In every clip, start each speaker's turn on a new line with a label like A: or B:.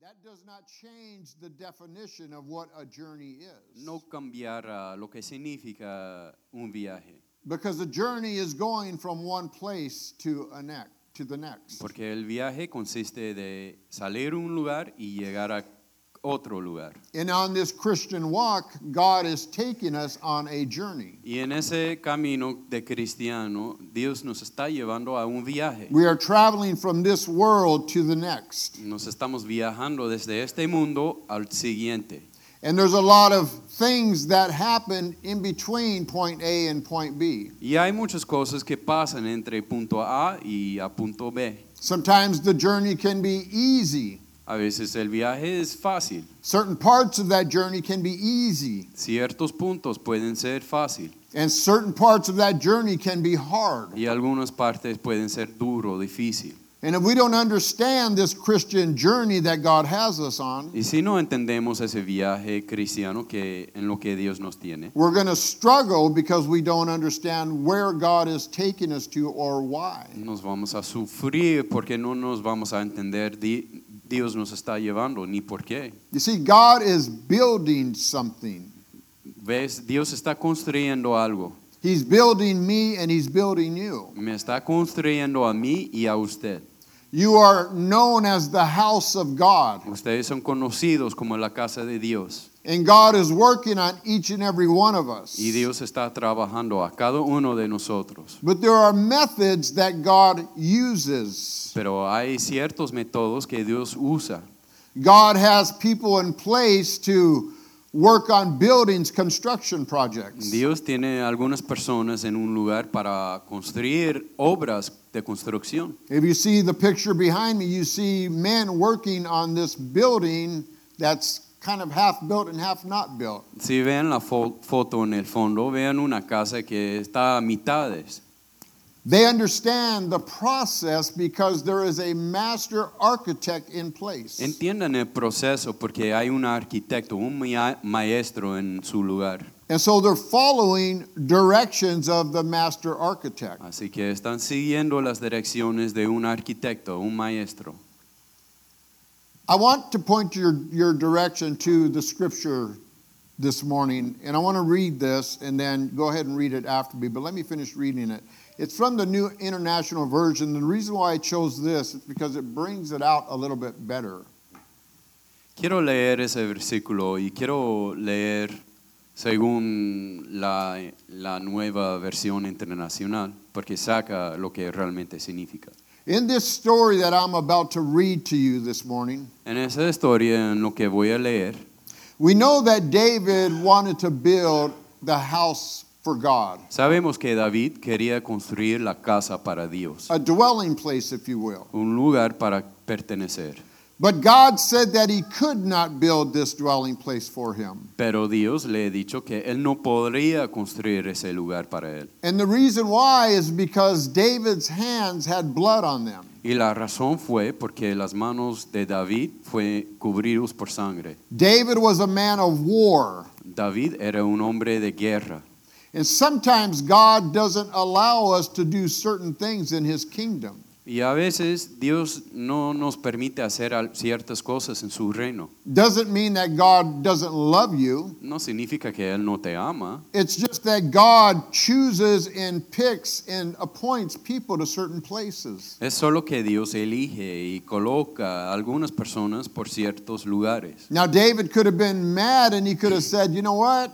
A: That does not change the definition of what a journey is.
B: no cambiar ah, lo que significa un viaje,
A: Because the journey is going from one place to a next, to the next.
B: porque el viaje consiste de salir a un lugar y llegar a otro lugar.
A: And on this Christian walk, God is taking us on a journey.
B: Y en ese camino de cristiano, Dios nos está llevando a un viaje.
A: We are traveling from this world to the next.
B: Nos estamos viajando desde este mundo al siguiente.
A: And there's a lot of things that happen in between point A and point B.
B: Y hay muchas cosas que pasan entre punto A y a punto B.
A: Sometimes the journey can be easy.
B: A veces el viaje es fácil,
A: Certain parts of that journey can be easy,
B: ciertos puntos pueden ser fácil
A: and certain parts of that journey can be hard.
B: y algunas partes pueden ser duro, difícil.
A: And if we don't understand this Christian journey that God has us on,
B: Y si no entendemos ese viaje cristiano que en lo que Dios nos tiene,
A: we're going to struggle because we don't understand where God is taking us to or why.
B: nos vamos a sufrir porque no nos vamos a entender di- Dios nos está llevando ni por qué.
A: You see, God is building something.
B: ¿Ves? Dios está construyendo algo.
A: He's building me and He's building you.
B: Me está construyendo a mí y a usted.
A: You are known as the house of God,
B: Ustedes son conocidos como la casa de Dios.
A: and God is working on each and every one of us.
B: Y Dios está trabajando a cada uno de nosotros.
A: But there are methods that God uses.
B: Pero hay ciertos métodos que Dios usa.
A: God has people in place to work on buildings, construction projects.
B: Dios tiene algunas personas en un lugar para construir obras de construcción.
A: If you see the picture behind me, you see men working on this building that's kind of half built and half not built.
B: Si ven la fo- foto en el fondo, vean una casa que está a mitades.
A: They understand the process because there is a master architect in place.
B: Entiendan el proceso porque hay un arquitecto, un mia- maestro en su lugar.
A: And so they're following directions of the master architect.
B: Así que están siguiendo las direcciones de un arquitecto, un maestro.
A: I want to point your, your direction to the scripture this morning, and I want to read this and then go ahead and read it after me, but let me finish reading it. It's from the New International Version. The reason why I chose this is because it brings it out a little bit better.
B: Quiero leer ese versículo y quiero leer según la, la nueva versión internacional, porque saca lo que realmente significa.
A: In this story that I'm about to read to you this morning,
B: En esa historia, en lo que voy a leer,
A: we know that David wanted to build the house for God,
B: sabemos que David quería construir la casa para Dios,
A: a dwelling place, if you will.
B: un lugar para pertenecer.
A: But God said that he could not build this dwelling place for him.
B: Pero Dios le ha dicho que él no podría construir ese lugar para él.
A: And the reason why is because David's hands had blood on them.
B: Y la razón fue porque las manos de David fue cubridos por sangre.
A: David was a man of war.
B: David era un hombre de guerra.
A: And sometimes God doesn't allow us to do certain things in his kingdom.
B: Y a veces Dios no nos permite hacer al- ciertas cosas en su reino.
A: Doesn't mean that God doesn't love you.
B: No significa que Él no te ama,
A: It's just that God chooses and picks and appoints people to certain places.
B: es solo que Dios elige y coloca a algunas personas por ciertos lugares.
A: Now, David could have been mad and he could have said, you know what?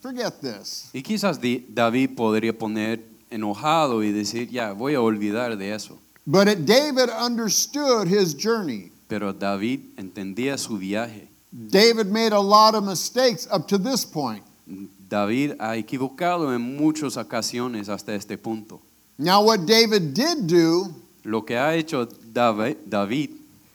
A: Forget this.
B: Y quizás Di- David podría poner enojado y decir, ya, voy a olvidar de eso.
A: But it, David understood his journey.
B: Pero David entendía su viaje.
A: David made a lot of mistakes up to this point.
B: David ha equivocado en muchas ocasiones hasta este punto.
A: Now, what David did do
B: Lo que ha hecho Davi- David,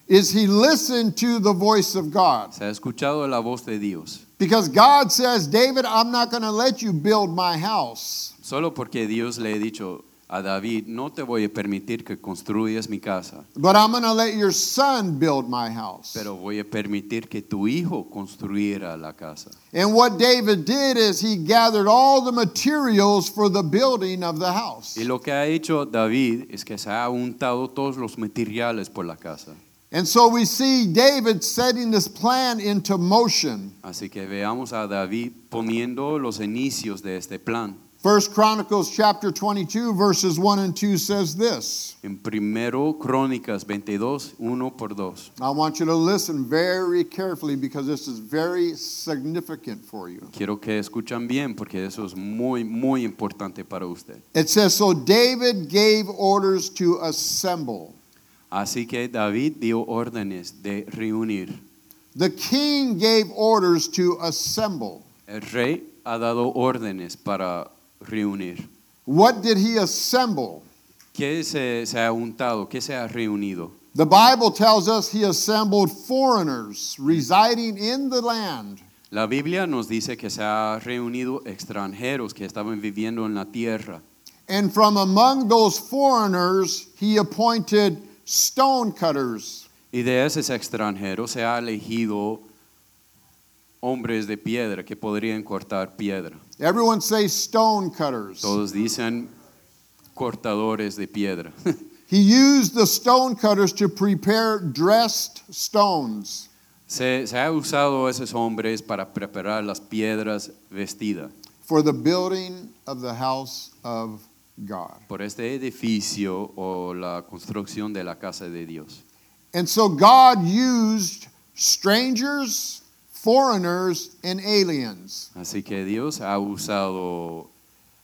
A: is he listened to the voice of God.
B: se ha escuchado la voz de Dios.
A: Because God says, David, I'm not going to let you build my house.
B: Solo porque Dios le ha dicho a David, no te voy a permitir que construyas mi casa,
A: But I'm going to let your son build my house.
B: pero voy a permitir que tu hijo construyera la casa.
A: And what David did is he gathered all the materials for the building of the house.
B: Y lo que ha hecho David es que se ha untado todos los materiales por la casa.
A: And so we see David setting this plan into motion.
B: Así que veamos a David poniendo los inicios de este plan.
A: First Chronicles chapter 22 verses 1 and 2 says this.
B: En primero Crónicas 22, 1 por 2.
A: I want you to listen very carefully because this is very significant for you.
B: Quiero que escuchen bien porque eso es muy, muy importante para usted.
A: It says so David gave orders to assemble.
B: Así que David dio órdenes de reunir.
A: The king gave orders to assemble.
B: El rey ha dado órdenes para reunir.
A: What did he assemble?
B: ¿Qué se, se ha juntado? ¿Qué se ha reunido?
A: The Bible tells us he assembled foreigners residing in the land.
B: La Biblia nos dice que se ha reunido extranjeros que estaban viviendo en la tierra.
A: And from among those foreigners, he appointed stone cutters.
B: Y de esos extranjeros se ha elegido hombres de piedra que podrían cortar piedra.
A: Everyone say stone cutters.
B: Todos dicen cortadores de piedra.
A: He used the stone cutters to prepare dressed stones.
B: se, se ha usado esos hombres para preparar las piedras vestidas
A: for the building of the house of God.
B: por este edificio o la construcción de la casa de Dios.
A: And so God used strangers, foreigners, and aliens.
B: Así que Dios ha usado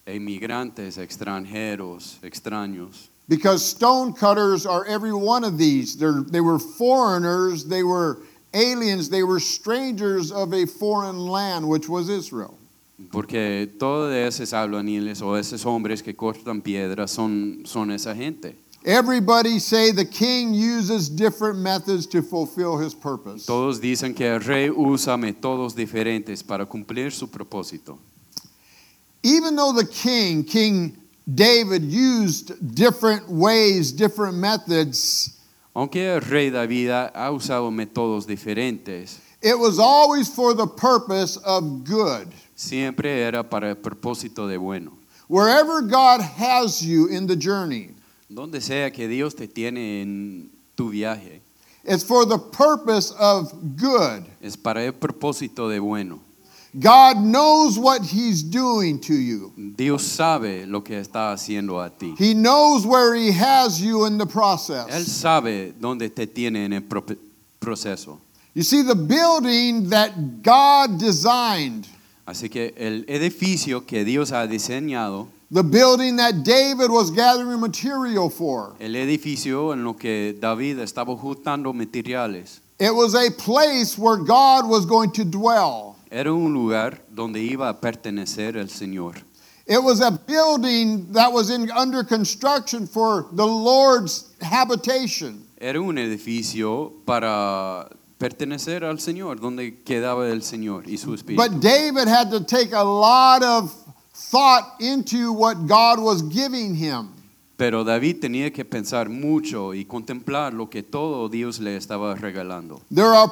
B: emigrantes, extranjeros, extraños,
A: Because stone cutters are every one of these. They're, they were foreigners, they were aliens, they were strangers of a foreign land, which was Israel.
B: porque todos esos albaniles o esos hombres que cortan piedras son, son esa gente.
A: Everybody say the king uses different methods to fulfill his purpose.
B: Todos dicen que el rey usa métodos diferentes para cumplir su propósito.
A: even though the king, King David, used different ways, different methods,
B: Aunque el rey David ha- ha usado métodos diferentes,
A: it was always for the purpose of good.
B: siempre era para el propósito de bueno.
A: Wherever God has you in the journey,
B: Donde sea que Dios te tiene en tu viaje,
A: it's for the purpose of good.
B: es para el propósito de bueno.
A: God knows what he's doing to you.
B: Dios sabe lo que está haciendo a ti.
A: He knows where he has you in the
B: Él
A: process.
B: sabe dónde te tiene en el prope- proceso.
A: You see, the building that God designed,
B: Así que el edificio que Dios ha diseñado,
A: the building that David was gathering material for,
B: el edificio en lo que David estaba juntando materiales,
A: It was a place where God was going to dwell.
B: era un lugar donde iba a pertenecer el Señor.
A: It was a building that was in, under construction for the Lord's habitation.
B: Era un edificio para pertenecer al Señor, donde quedaba el Señor y su espíritu.
A: But David had to take a lot of thought into what God was giving him.
B: Pero David tenía que pensar mucho y contemplar lo que todo Dios le estaba regalando.
A: There are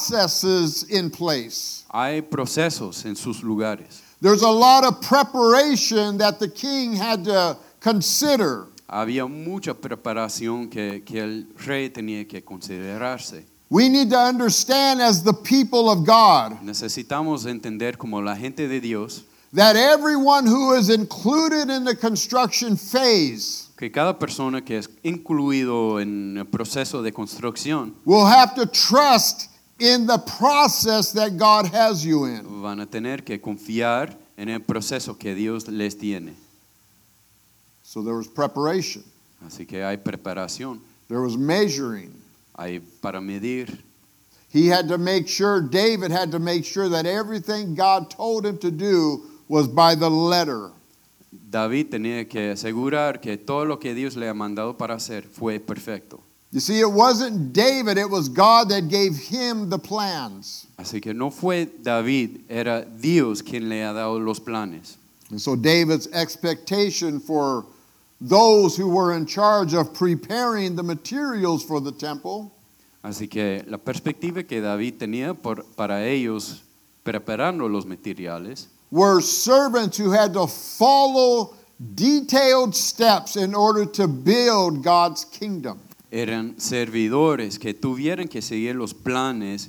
A: processes in place.
B: Hay procesos en sus lugares.
A: There's a lot of preparation that the king had to consider.
B: Había mucha preparación que, que el rey tenía que considerarse.
A: We need to understand as the people of God
B: Necesitamos entender como la gente de Dios
A: that everyone who is included in the construction phase
B: que cada persona que es incluido en el proceso de construcción
A: will have to trust in the process that God has you in.
B: van a tener que confiar en el proceso que Dios les tiene.
A: So there was preparation,
B: Así que hay preparación,
A: there was measuring.
B: hay para medir.
A: He had to make sure, David had to make sure that everything God told him to do was by the letter.
B: David tenía que asegurar que todo lo que Dios le ha mandado para hacer fue perfecto.
A: You see, it wasn't David, it was God that gave him the plans.
B: Así que no fue David, era Dios quien le ha dado los planes.
A: And so David's expectation for those who were in charge of preparing the materials for the temple
B: Así que la perspectiva que David tenía por- para ellos preparando los materiales
A: were servants who had to follow detailed steps in order to build God's kingdom.
B: eran servidores que tuvieron que seguir los planes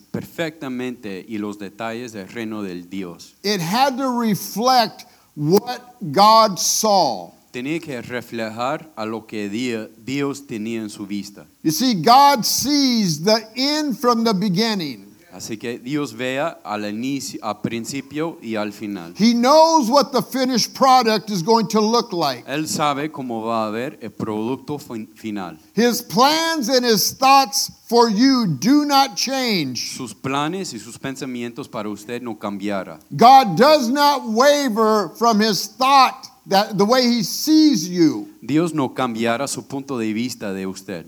B: perfectamente y los detalles del reino del Dios.
A: It had to reflect what God saw.
B: Tenía que reflejar a lo que di- Dios tenía en su vista.
A: You see, God sees the end from the beginning.
B: Así que Dios vea al inicio, al principio y al final.
A: He knows what the finished product is going to look like.
B: Él sabe cómo va a ver el producto fin- final.
A: His plans and his thoughts for you do not change.
B: Sus planes y sus pensamientos para usted no cambiará.
A: God does not waver from his thought that the way he sees you.
B: Dios no cambiará su punto de vista de usted.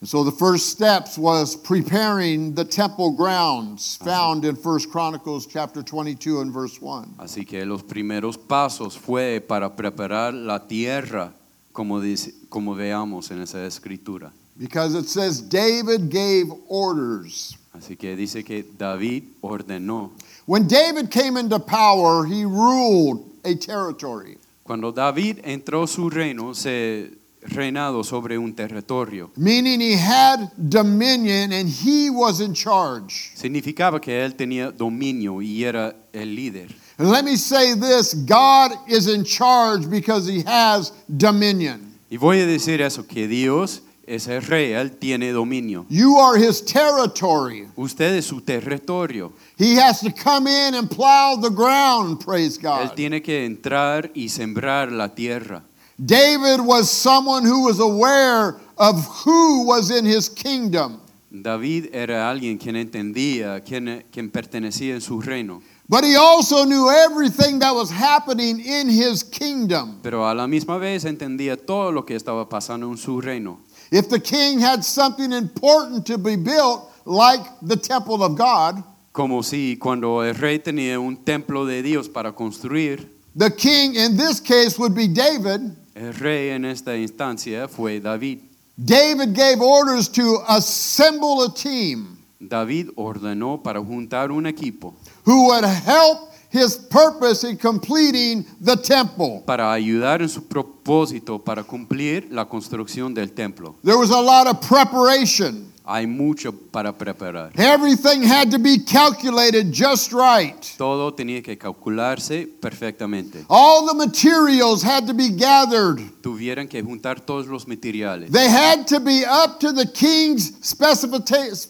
A: And so the first steps was preparing the temple grounds found in 1 Chronicles chapter 22 and verse 1.
B: Así que los primeros pasos fue para preparar la tierra, como, dice- como veamos en esa escritura.
A: Because it says David gave orders.
B: Así que dice que David ordenó.
A: When David came into power, he ruled a territory.
B: Cuando David entró su reino, se reinado sobre un territorio.
A: meaning he had dominion and he was in charge.
B: Significaba que él tenía dominio y era el líder.
A: And let me say this God is in charge because he has dominion.
B: Y voy a decir eso, que Dios es el rey, él tiene dominio.
A: You are his territory.
B: Usted es su territorio.
A: He has to come in and plow the ground, praise
B: Él
A: God.
B: tiene que entrar y sembrar la tierra.
A: David was someone who was aware of who was in his kingdom.
B: David era alguien quien entendía, quien, quien pertenecía en su reino,
A: But he also knew everything that was happening in his kingdom.
B: pero a la misma vez entendía todo lo que estaba pasando en su reino.
A: If the king had something important to be built, like the temple of God,
B: Como si cuando el rey tenía un templo de Dios para construir,
A: The king in this case would be David.
B: el rey en esta instancia fue David.
A: David gave orders to assemble a team
B: David ordenó para juntar un equipo
A: who would help his purpose in completing the temple.
B: para ayudar en su propósito para cumplir la construcción del templo.
A: There was a lot of preparation.
B: Hay mucho para preparar.
A: Everything had to be calculated just right.
B: Todo tenía que calcularse perfectamente.
A: All the materials had to be gathered.
B: Tuvieron que juntar todos los materiales.
A: They had to be up to the king's specifita-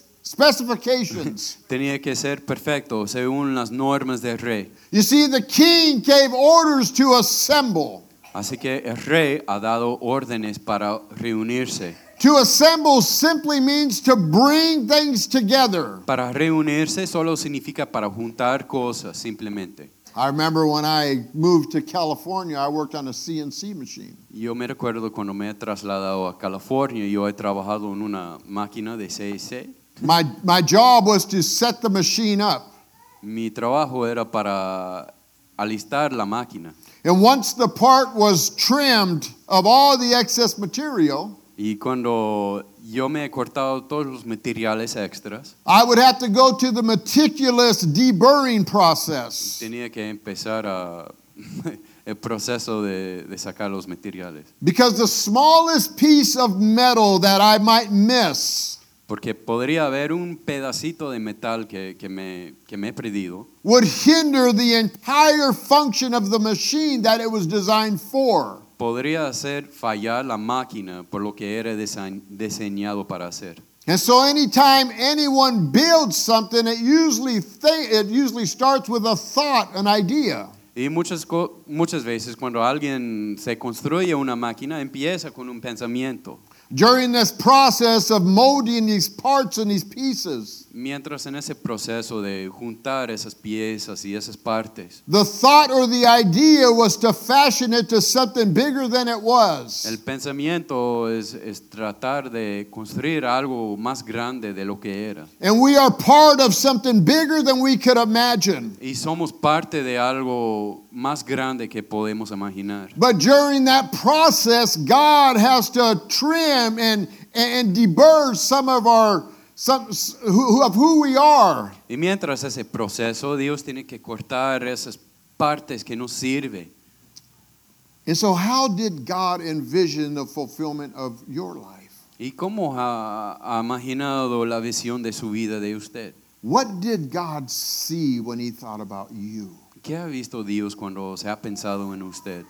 A: specifications.
B: Tenía que ser perfecto según las normas del rey.
A: you see, the king gave orders to assemble.
B: Así que el rey ha dado órdenes para reunirse.
A: To assemble simply means to bring things together.
B: Para reunirse solo significa para juntar cosas simplemente.
A: I remember when I moved to California, I worked on a CNC machine.
B: Yo me recuerdo cuando me he trasladado a California, yo he trabajado en una máquina de CIC.
A: My, my job was to set the machine up.
B: Mi trabajo era para alistar la máquina.
A: And once the part was trimmed of all the excess material,
B: Y cuando yo me he cortado todos los materiales extras,
A: I would have to go to the meticulous deburring process
B: tenía que empezar a- el proceso de, de sacar los materiales.
A: because the smallest piece of metal that I might miss
B: Porque podría haber un pedacito de metal que, que me, que me he perdido
A: would hinder the entire function of the machine that it was designed for.
B: podría hacer fallar la máquina por lo que era desa- diseñado para hacer.
A: And so anytime anyone builds something, it usually thi- it usually starts with a thought, an idea.
B: Y muchas, co- muchas veces cuando alguien se construye una máquina empieza con un pensamiento.
A: During this process of molding these parts and these pieces,
B: Mientras en ese proceso de juntar esas piezas y esas partes,
A: the thought or the idea was to fashion it to something bigger than it
B: el
A: was.
B: pensamiento es, es tratar de construir algo más grande de lo que era.
A: And we are part of something bigger than we could imagine.
B: Y somos parte de algo más grande que podemos imaginar.
A: But during that process, God has to trim and and deburr some of our some who, who- of who we are.
B: Y mientras ese proceso, Dios tiene que cortar esas partes que no sirven.
A: And so, how did God envision the fulfillment of your life?
B: ¿Y cómo ha, ha imaginado la visión de su vida de usted?
A: What did God see when he thought about you?
B: ¿Qué ha visto Dios cuando se ha pensado en usted?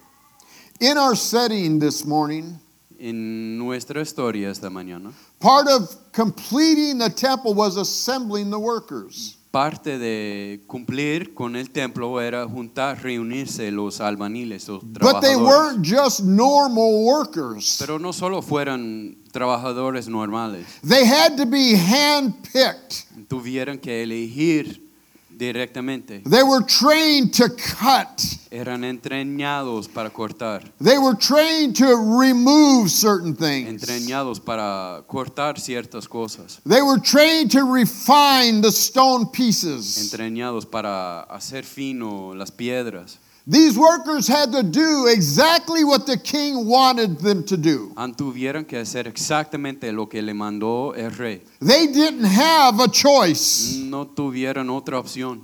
A: In our setting this morning,
B: En nuestra historia esta mañana,
A: part of completing the temple was assembling the workers.
B: parte de cumplir con el templo era juntar, reunirse los albaniles, los
A: But they
B: trabajadores.
A: weren't just normal workers.
B: Pero no solo fueran trabajadores normales,
A: They had to be handpicked.
B: tuvieron que elegir directamente.
A: They were trained to cut.
B: Eran entrenados para cortar,
A: They were trained to remove certain things.
B: entrenados para cortar ciertas cosas.
A: They were trained to refine the stone pieces.
B: entrenados para hacer fino las piedras.
A: These workers had to do exactly what the king wanted them to do.
B: Han- Tuvieron que hacer exactamente lo que le mandó el rey.
A: They didn't have a choice.
B: No tuvieron otra opción.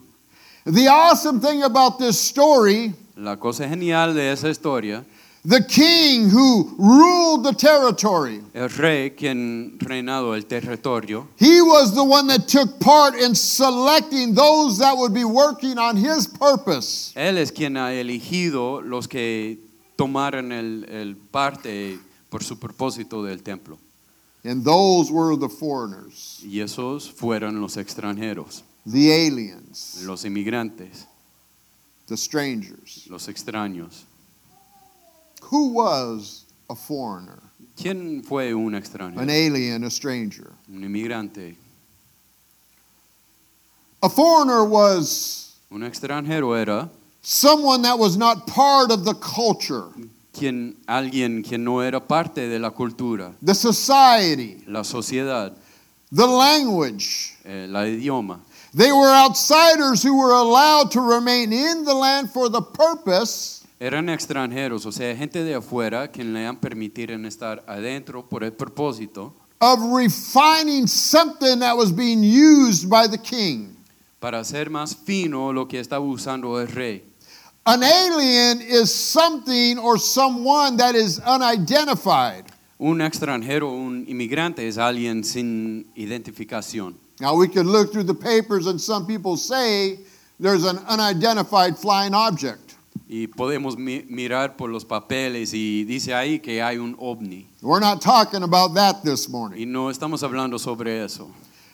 A: The awesome thing about this story
B: La cosa genial de esa historia,
A: the king who ruled the territory,
B: el rey quien reinado el territorio,
A: he was the one that took part in selecting those that would be working on his purpose.
B: él es quien ha elegido los que tomaron el, el parte por su propósito del templo.
A: And those were the foreigners,
B: Y esos fueron los extranjeros,
A: the aliens,
B: los inmigrantes,
A: the strangers.
B: los extraños.
A: Who was a foreigner?
B: ¿Quién fue un extranjero?
A: An alien, a stranger.
B: Un inmigrante,
A: A foreigner was
B: Un extranjero era
A: someone that was not part of the culture,
B: quien, alguien que no era parte de la cultura,
A: the society,
B: la sociedad,
A: the language.
B: el idioma.
A: They were outsiders who were allowed to remain in the land for the purpose
B: Eran extranjeros, o sea, gente de afuera quien le han permitido estar adentro por el propósito
A: of refining something that was being used by the king.
B: para hacer más fino lo que estaba usando el rey.
A: An alien is something or someone that is unidentified.
B: Un extranjero, un inmigrante es alguien sin identificación.
A: Now, we could look through the papers, and some people say there's an unidentified flying object.
B: Y podemos mi- mirar por los papeles y dice ahí que hay un ovni.
A: We're not talking about that this
B: Y
A: morning.
B: no estamos hablando sobre eso.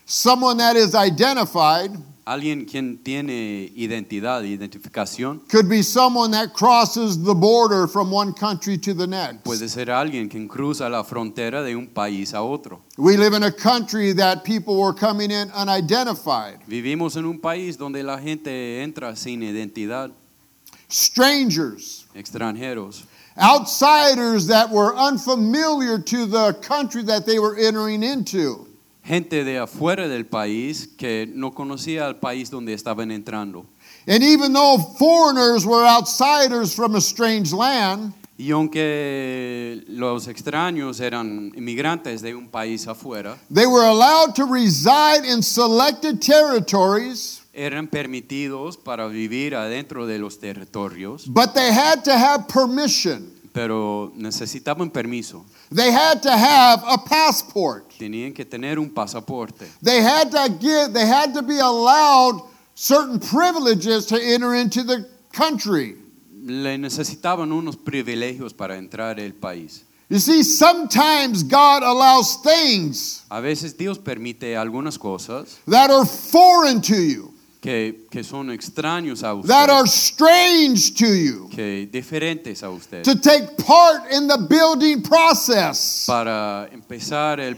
A: Someone that is identified
B: Alguien quien tiene identidad, identificación,
A: could be someone that crosses the border from one country to the next.
B: puede ser alguien quien cruza la frontera de un país a otro.
A: We live in a country that people were coming in unidentified,
B: Vivimos en un país donde la gente entra sin identidad,
A: strangers,
B: extranjeros,
A: outsiders that were unfamiliar to the country that they were entering into.
B: gente de afuera del país que no conocía al país donde estaban entrando.
A: And even though foreigners were outsiders from a strange land,
B: Y aunque los extraños eran inmigrantes de un país afuera,
A: they were allowed to reside in selected territories,
B: eran permitidos para vivir adentro de los territorios,
A: but they had to have permission.
B: pero necesitaban permiso.
A: They had to have a passport.
B: tenían que tener un pasaporte.
A: They had to give, they had to be allowed certain privileges to enter into the country.
B: Le necesitaban unos privilegios para entrar al país.
A: You see, sometimes God allows things
B: A veces Dios permite algunas cosas
A: that are foreign to you,
B: que, que son extraños a
A: that
B: usted,
A: are strange to you,
B: que diferentes a usted,
A: to take part in the building process.
B: para empezar el,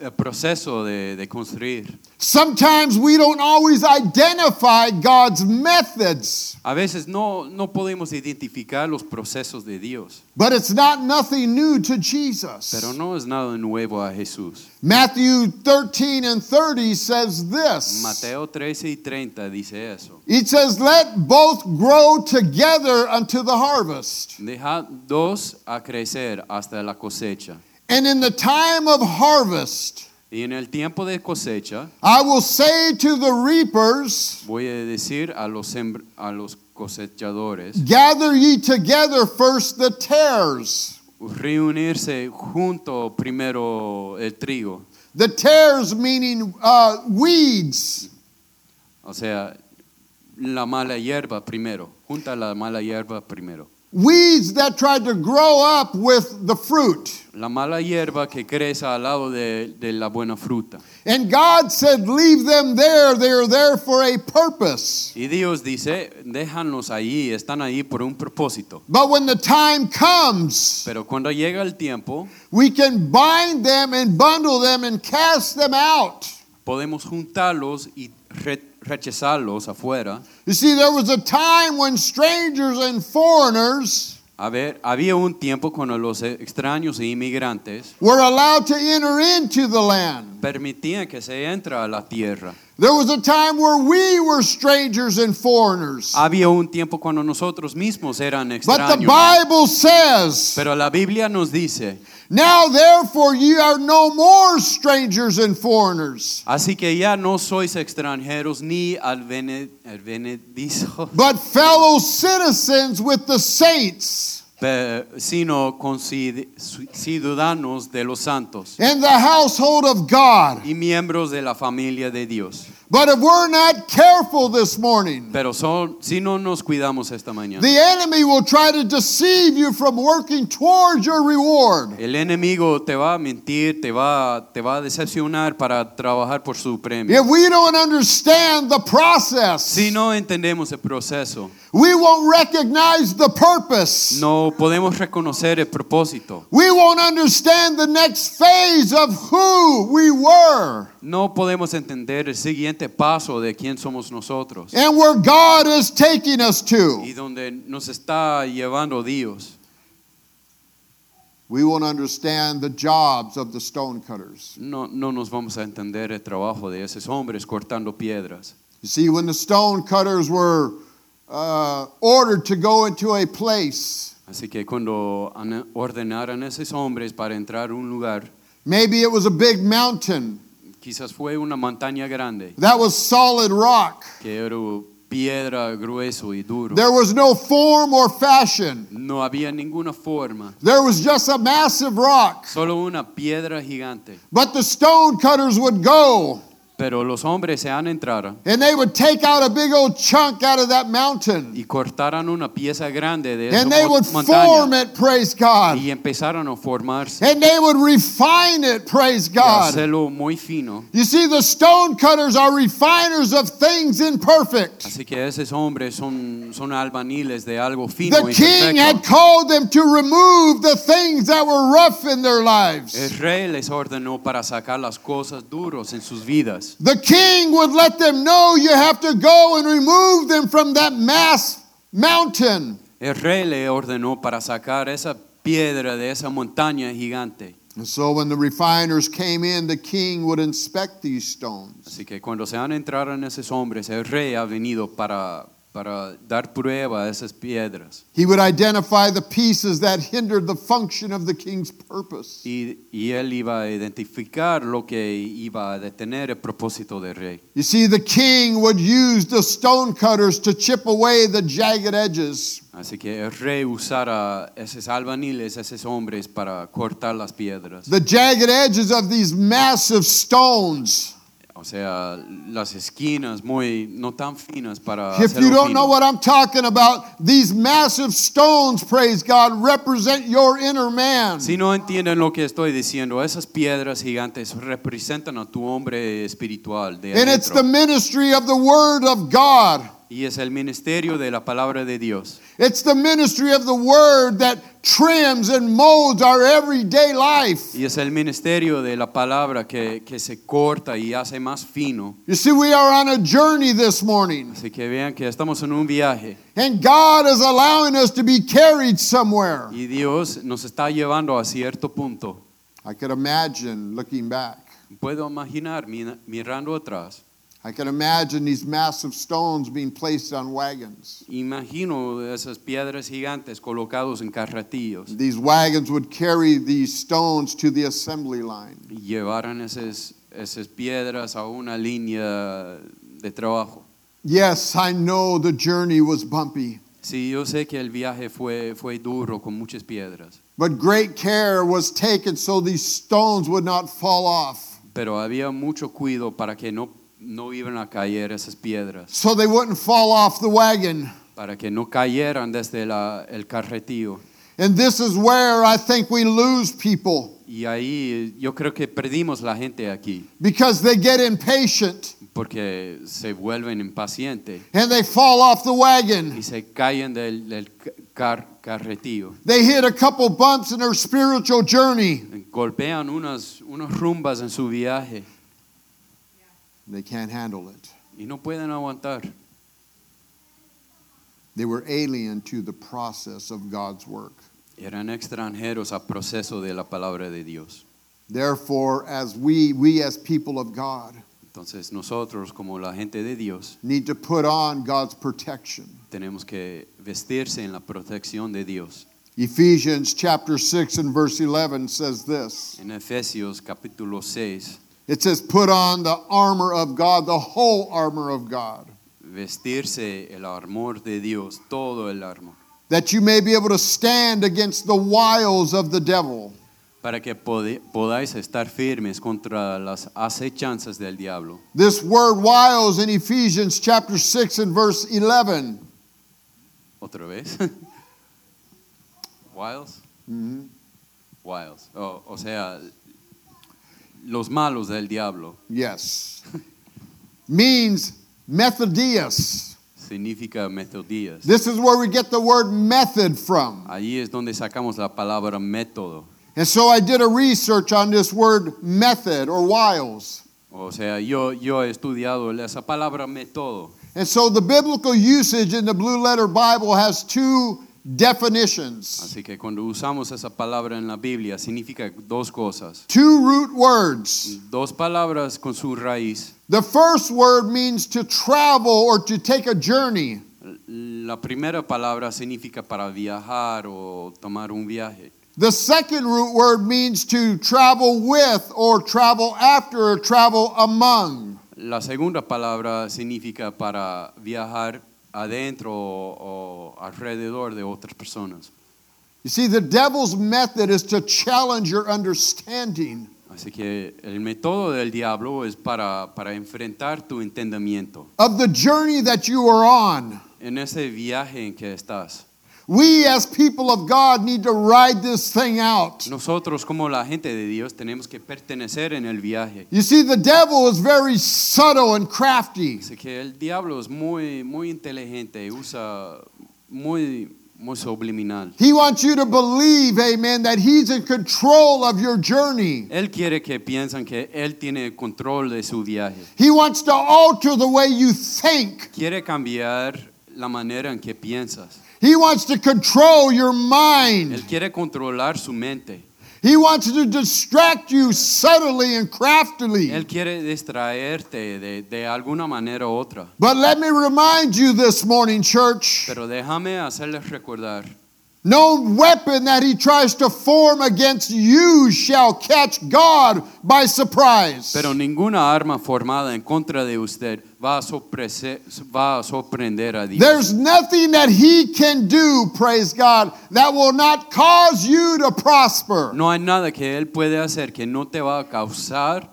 B: el proceso de, de construir.
A: Sometimes we don't always identify God's methods,
B: A veces no, no podemos identificar los procesos de Dios,
A: but it's not nothing new to
B: pero
A: Jesus.
B: no es nada nuevo a Jesús.
A: Matthew 13 and 30 says this.
B: Mateo 13 y 30 dice eso.
A: It says, Let both grow together unto the harvest.
B: Deja dos a crecer hasta la cosecha.
A: And in the time of harvest,
B: Y en el tiempo de cosecha,
A: I will say to the reapers,
B: voy a decir a los, sembr- a los cosechadores,
A: Gather ye together first the tares,
B: reunirse junto primero el trigo,
A: The tares meaning uh, weeds.
B: o sea, la mala hierba primero, junta la mala hierba primero.
A: Weeds that tried to grow up with the fruit.
B: La mala hierba que crece al lado de, de la buena fruta.
A: And God said, Leave them there. They are there for a purpose.
B: Y Dios dice, déjanlos ahí, están ahí por un propósito.
A: But when the time comes,
B: Pero cuando llega el tiempo,
A: we can bind them and bundle them and cast them out.
B: podemos juntarlos y re- rechazarlos afuera.
A: You see, there was a time when strangers and foreigners
B: A ver, había un tiempo cuando los extraños e inmigrantes
A: were allowed to enter into the land.
B: permitían que se entra a la tierra.
A: There was a time where we were strangers and foreigners.
B: Había un tiempo cuando nosotros mismos eran
A: But the
B: extraños.
A: Bible says,
B: Pero la Biblia nos dice,
A: Now therefore ye are no more strangers and foreigners,
B: así que ya no sois extranjeros ni alvene- advenedizos,
A: but fellow citizens with the saints
B: pe- sino concid- ciudadanos de los santos
A: and the household of God.
B: y miembros de la familia de Dios.
A: But if we're not careful this morning,
B: Pero son, si no nos cuidamos esta mañana,
A: the enemy will try to deceive you from working towards your reward.
B: el enemigo te va a mentir, te va, te va a decepcionar para trabajar por su premio.
A: If we don't understand the process,
B: Si no entendemos el proceso,
A: we won't recognize the purpose.
B: no podemos reconocer el propósito.
A: We won't understand the next phase of who we were
B: No podemos entender el siguiente paso de quién somos nosotros
A: and where God is taking us
B: y
A: to.
B: donde nos está llevando Dios.
A: We won't understand the jobs of the stonecutters.
B: No, no nos vamos a entender el trabajo de esos hombres cortando piedras.
A: You see, when the stonecutters were uh, ordered to go into a place,
B: Así que cuando ana- ordenaron a esos hombres para entrar a un lugar,
A: maybe it was a big mountain
B: quizás fue una montaña grande,
A: that was solid rock.
B: que era piedra grueso y duro.
A: There was no form or fashion,
B: No había ninguna forma,
A: there was just a massive rock.
B: solo una piedra gigante.
A: But the stonecutters would go
B: Pero los hombres se han entrado
A: and they would take out a big old chunk out of that mountain.
B: y cortaron una pieza grande de esa
A: And they
B: mon-
A: would form
B: montaña
A: it, praise God.
B: y empezaron a formarse
A: And they would refine it, praise
B: y a
A: God.
B: hacerlo muy fino.
A: You see, the stonecutters are refiners of things imperfect.
B: Así que esos hombres son, son albaniles de algo fino
A: The
B: y
A: king had
B: perfecto.
A: called them to remove the things that were rough in their
B: El
A: lives.
B: rey les ordenó para sacar las cosas duras en sus vidas.
A: The king would let them know you have to go and remove them from that mass mountain.
B: El rey le ordenó para sacar esa piedra de esa montaña gigante.
A: And so when the refiners came in, the king would inspect these stones.
B: Así que cuando se han entrado en esos hombres, el rey ha venido para, para dar prueba a esas piedras.
A: He would identify the pieces that hindered the function of the king's purpose.
B: Y, y él iba a identificar lo que iba a detener el propósito del rey.
A: You see, the king would use the stonecutters to chip away the jagged edges.
B: Así que el rey usara esos albaniles, esos hombres, para cortar las piedras.
A: The jagged edges of these massive stones.
B: O sea, las esquinas muy, no tan finas para...
A: If
B: hacerlo
A: you don't
B: fino.
A: know what I'm talking about, these massive stones, praise God, represent your inner man.
B: Si no entienden lo que estoy diciendo, esas piedras gigantes representan a tu hombre espiritual de
A: And it's the
B: adentro.
A: ministry of the Word of God.
B: y es el ministerio de la palabra de Dios.
A: It's the ministry of the Word that trims and molds our everyday life.
B: Y es el ministerio de la palabra que, que se corta y hace más fino.
A: You see, we are on a journey this morning,
B: Así que vean que estamos en un viaje
A: and God is allowing us to be carried somewhere.
B: y Dios nos está llevando a cierto punto.
A: I could imagine looking back.
B: Puedo imaginar mi- mirando atrás,
A: I could imagine these massive stones being placed on wagons.
B: imagino esas piedras gigantes colocados en carretillos
A: These wagons would carry these stones to the assembly line.
B: y llevaran esas, esas piedras a una línea de trabajo.
A: Yes, I know the journey was bumpy,
B: Sí, yo sé que el viaje fue, fue duro con muchas piedras,
A: But great care was taken so these stones would not fall off,
B: Pero había mucho cuidado para que no, no iban a caer esas piedras,
A: so they wouldn't fall off the wagon.
B: para que no cayeran desde la- el carretillo.
A: And this is where I think we lose people
B: Y ahí yo creo que perdimos la gente aquí,
A: because they get impatient
B: porque se vuelven impacientes
A: and they fall off the
B: y
A: wagon.
B: se caen del, del car- carretillo.
A: They hit a couple bumps in their spiritual journey.
B: Golpean unas, unas rumbas en su viaje
A: They can't handle it.
B: y no pueden aguantar.
A: They were alien to the process of God's work.
B: Eran extranjeros a proceso de la palabra de Dios.
A: Therefore, as we, we as people of God,
B: Entonces nosotros como la gente de Dios
A: need to put on God's protection.
B: tenemos que vestirse en la protección de Dios.
A: Ephesians chapter 6 and verse 11 says this
B: En Efesios capítulo 6,
A: It says, Put on the armor of God, the whole armor of God,
B: vestirse el armor de Dios, todo el armor,
A: that you may be able to stand against the wiles of the devil.
B: para que pode- podáis estar firmes contra las acechanzas del diablo.
A: This word wiles in Ephesians chapter 6 and verse 11.
B: Otra vez. Wiles.
A: Mhm.
B: Wiles. O- o sea, los malos del diablo.
A: Yes. Means Methodius.
B: Significa metodías.
A: This is where we get the word method from.
B: Ahí es donde sacamos la palabra método.
A: And so I did a research on this word method or wiles.
B: O sea, yo, yo he estudiado esa palabra método.
A: And so the biblical usage in the Blue Letter Bible has two definitions,
B: Así que cuando usamos esa palabra en la Biblia, significa dos cosas.
A: two root words.
B: Dos palabras con su raíz.
A: The first word means to travel or to take a journey.
B: La primera palabra significa para viajar o tomar un viaje.
A: The second root word means to travel with or travel after or travel among.
B: La segunda palabra significa para viajar adentro o, o alrededor de otras personas.
A: You see, the devil's method is to challenge your understanding.
B: Así que el método del diablo es para, para enfrentar tu entendimiento
A: of the journey that you are on.
B: en ese viaje en que estás.
A: We, as people of God, need to ride this thing out.
B: Nosotros como la gente de Dios tenemos que pertenecer en el viaje.
A: You see, the devil is very subtle and crafty.
B: Así que el diablo es muy, muy inteligente, usa muy, muy subliminal.
A: He wants you to believe, amen, that he's in control of your journey.
B: Él quiere que piensen que él tiene control de su viaje.
A: He wants to alter the way you think.
B: Quiere cambiar la manera en que piensas.
A: He wants to control your
B: Él
A: mind.
B: quiere controlar su mente.
A: He wants to distract you subtly and craftily.
B: Él quiere distraerte de, de alguna manera u otra.
A: But let me remind you this morning, church.
B: Pero déjame hacerles recordar,
A: No weapon that he tries to form against you shall catch God by surprise.
B: pero ninguna arma formada en contra de usted va a, sorprese- va a sorprender a Dios.
A: There's nothing that he can do, praise God, that will not cause you to prosper.
B: No hay nada que Él puede hacer que no te va a causar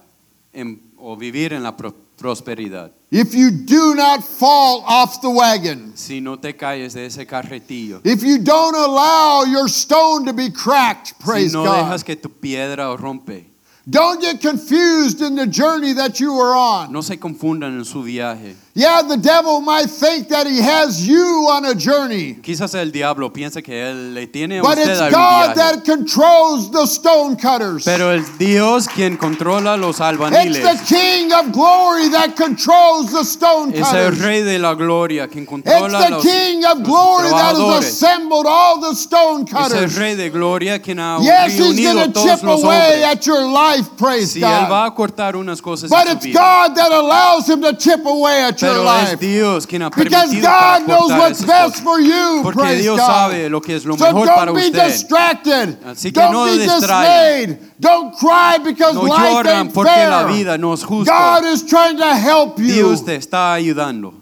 B: en- o vivir en la pro- prosperidad.
A: If you do not fall off the wagon,
B: Si no te caes de ese carretillo,
A: if you don't allow your stone to be cracked, praise
B: si no
A: God.
B: dejas que tu piedra rompe,
A: Don't get confused in the journey that you are on.
B: no se confundan en su viaje.
A: Yeah, the devil might think that he has you on a journey.
B: Quizás el diablo piensa que Él le tiene a
A: But
B: usted
A: it's
B: algún
A: God
B: viaje,
A: that controls the stonecutters.
B: pero es Dios quien controla los
A: It's
B: albañiles.
A: the King of Glory that controls the
B: Es el
A: stonecutters.
B: rey de la gloria quien
A: It's
B: controla
A: the
B: los
A: King of Glory that has
B: trabajadores.
A: assembled all the
B: Es el
A: stonecutters.
B: rey de gloria quien ha
A: Yes, He's
B: reunido
A: going
B: a
A: to chip
B: todos los
A: away
B: hombres.
A: at your life, praise
B: Si Él va
A: God.
B: a cortar unas cosas
A: But
B: en su
A: it's
B: vida,
A: God that allows Him to chip away at your
B: Pero es
A: life.
B: Dios quien ha
A: Because
B: permitido para
A: God knows
B: cortar
A: what's
B: esas
A: best
B: cosas.
A: for you,
B: Porque
A: praise
B: Dios
A: God.
B: sabe lo que es lo
A: So
B: mejor para
A: don't be
B: usted.
A: distracted.
B: Así que
A: don't
B: no
A: be
B: distraigan.
A: dismayed. Don't cry because
B: No
A: life
B: lloran
A: ain't
B: porque
A: fair.
B: la vida no es justa.
A: God is trying to help you.
B: Dios te está ayudando.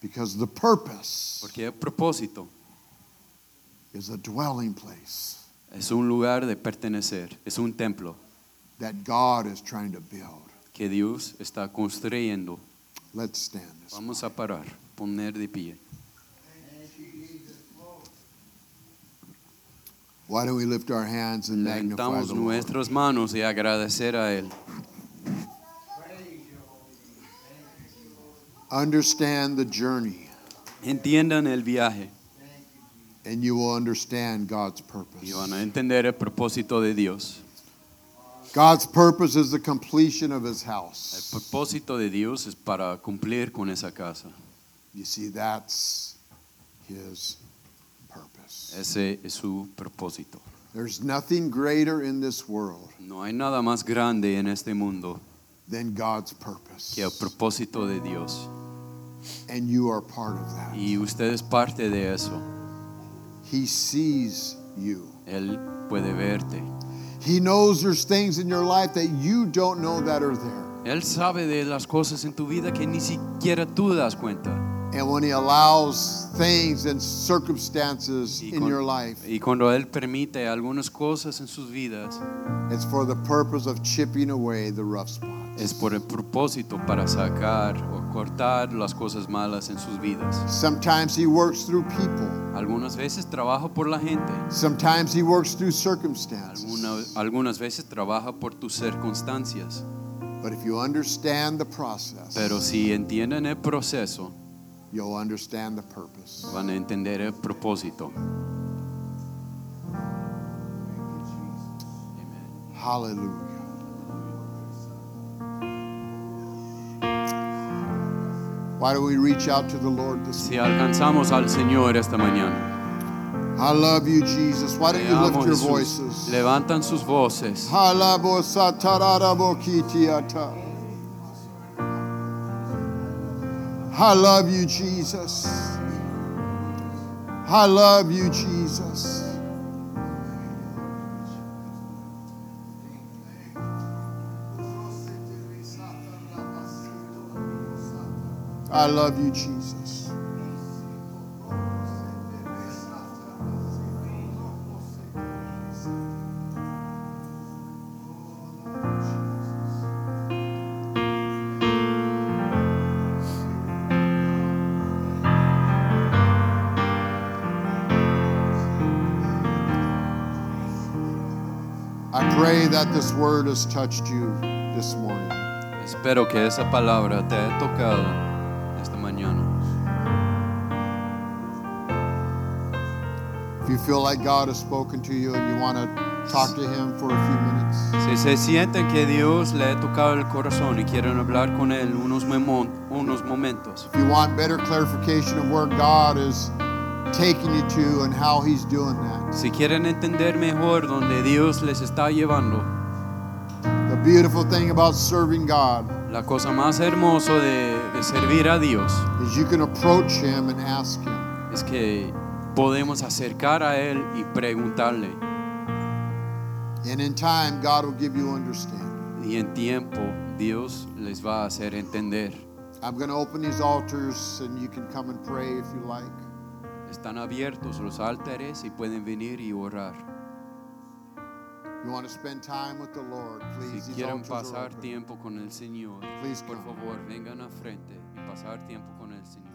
A: Because the purpose
B: Porque el propósito
A: is a dwelling place
B: Es un lugar de pertenecer, es un templo
A: that God is trying to build.
B: que Dios está construyendo.
A: Let's stand this.
B: Vamos a parar, poner de pie.
A: Why don't we lift our hands and magnify
B: Levantamos
A: the Lord?
B: nuestras manos y agradecer a Él.
A: Understand the journey,
B: Entiendan el viaje
A: and you will understand God's purpose.
B: y van a entender el propósito de Dios.
A: God's purpose is the completion of His
B: El
A: house.
B: propósito de Dios es para cumplir con esa casa.
A: You see, that's His purpose.
B: Ese es su propósito.
A: There's nothing greater in this world
B: No hay nada más grande en este mundo
A: than God's purpose,
B: que el propósito de Dios.
A: and you are part of that.
B: Y usted es parte de eso.
A: He sees you.
B: Él puede verte.
A: He knows there's things in your life that you don't know that are there.
B: Él sabe de las cosas en tu vida que ni siquiera tú das cuenta.
A: And when He allows things and circumstances
B: Y
A: in
B: con-
A: your life,
B: Y cuando Él permite algunas cosas en sus vidas,
A: It's for the purpose of chipping away the rough spots.
B: es por el propósito para sacar o cortar las cosas malas en sus vidas.
A: Sometimes he works through people.
B: Algunas veces trabaja por la gente,
A: Sometimes he works through circumstances.
B: alguna- algunas veces trabaja por tus circunstancias.
A: But if you understand the process,
B: Pero si entienden el proceso,
A: you'll understand the purpose.
B: van a entender el propósito.
A: Hallelujah. Why don't we reach out to the Lord this
B: Si alcanzamos al Señor esta mañana,
A: morning? I love you, Jesus. Why don't
B: te
A: you
B: amo,
A: lift your
B: Jesús.
A: voices?
B: levantan sus voces.
A: I love you, Jesus. I love you, Jesus. I love you, Jesus. I pray that this word has touched you this morning.
B: Espero que esa palabra te haya tocado esta mañana.
A: If you feel like God has spoken to you and you want to talk to Him for a few minutes,
B: Si se sienten que Dios le ha tocado el corazón y quieren hablar con Él unos, memo- unos momentos,
A: if you want better clarification of where God is taking you to and how He's doing that,
B: si quieren entender mejor donde Dios les está llevando,
A: the beautiful thing about serving God
B: la cosa más hermosa de, de servir a Dios
A: is you can approach Him and ask Him.
B: es que podemos acercar a Él y preguntarle.
A: And in time, God will give you understanding.
B: Y en tiempo Dios les va a hacer entender.
A: I'm going to open these altars and you can come and pray if you like.
B: Están abiertos los altares y pueden venir y orar.
A: You want to spend time with the Lord, please.
B: Si
A: these
B: quieren
A: altars are
B: pasar
A: open.
B: tiempo con el Señor,
A: Please
B: por
A: come.
B: favor vengan a frente y pasar tiempo con el Señor.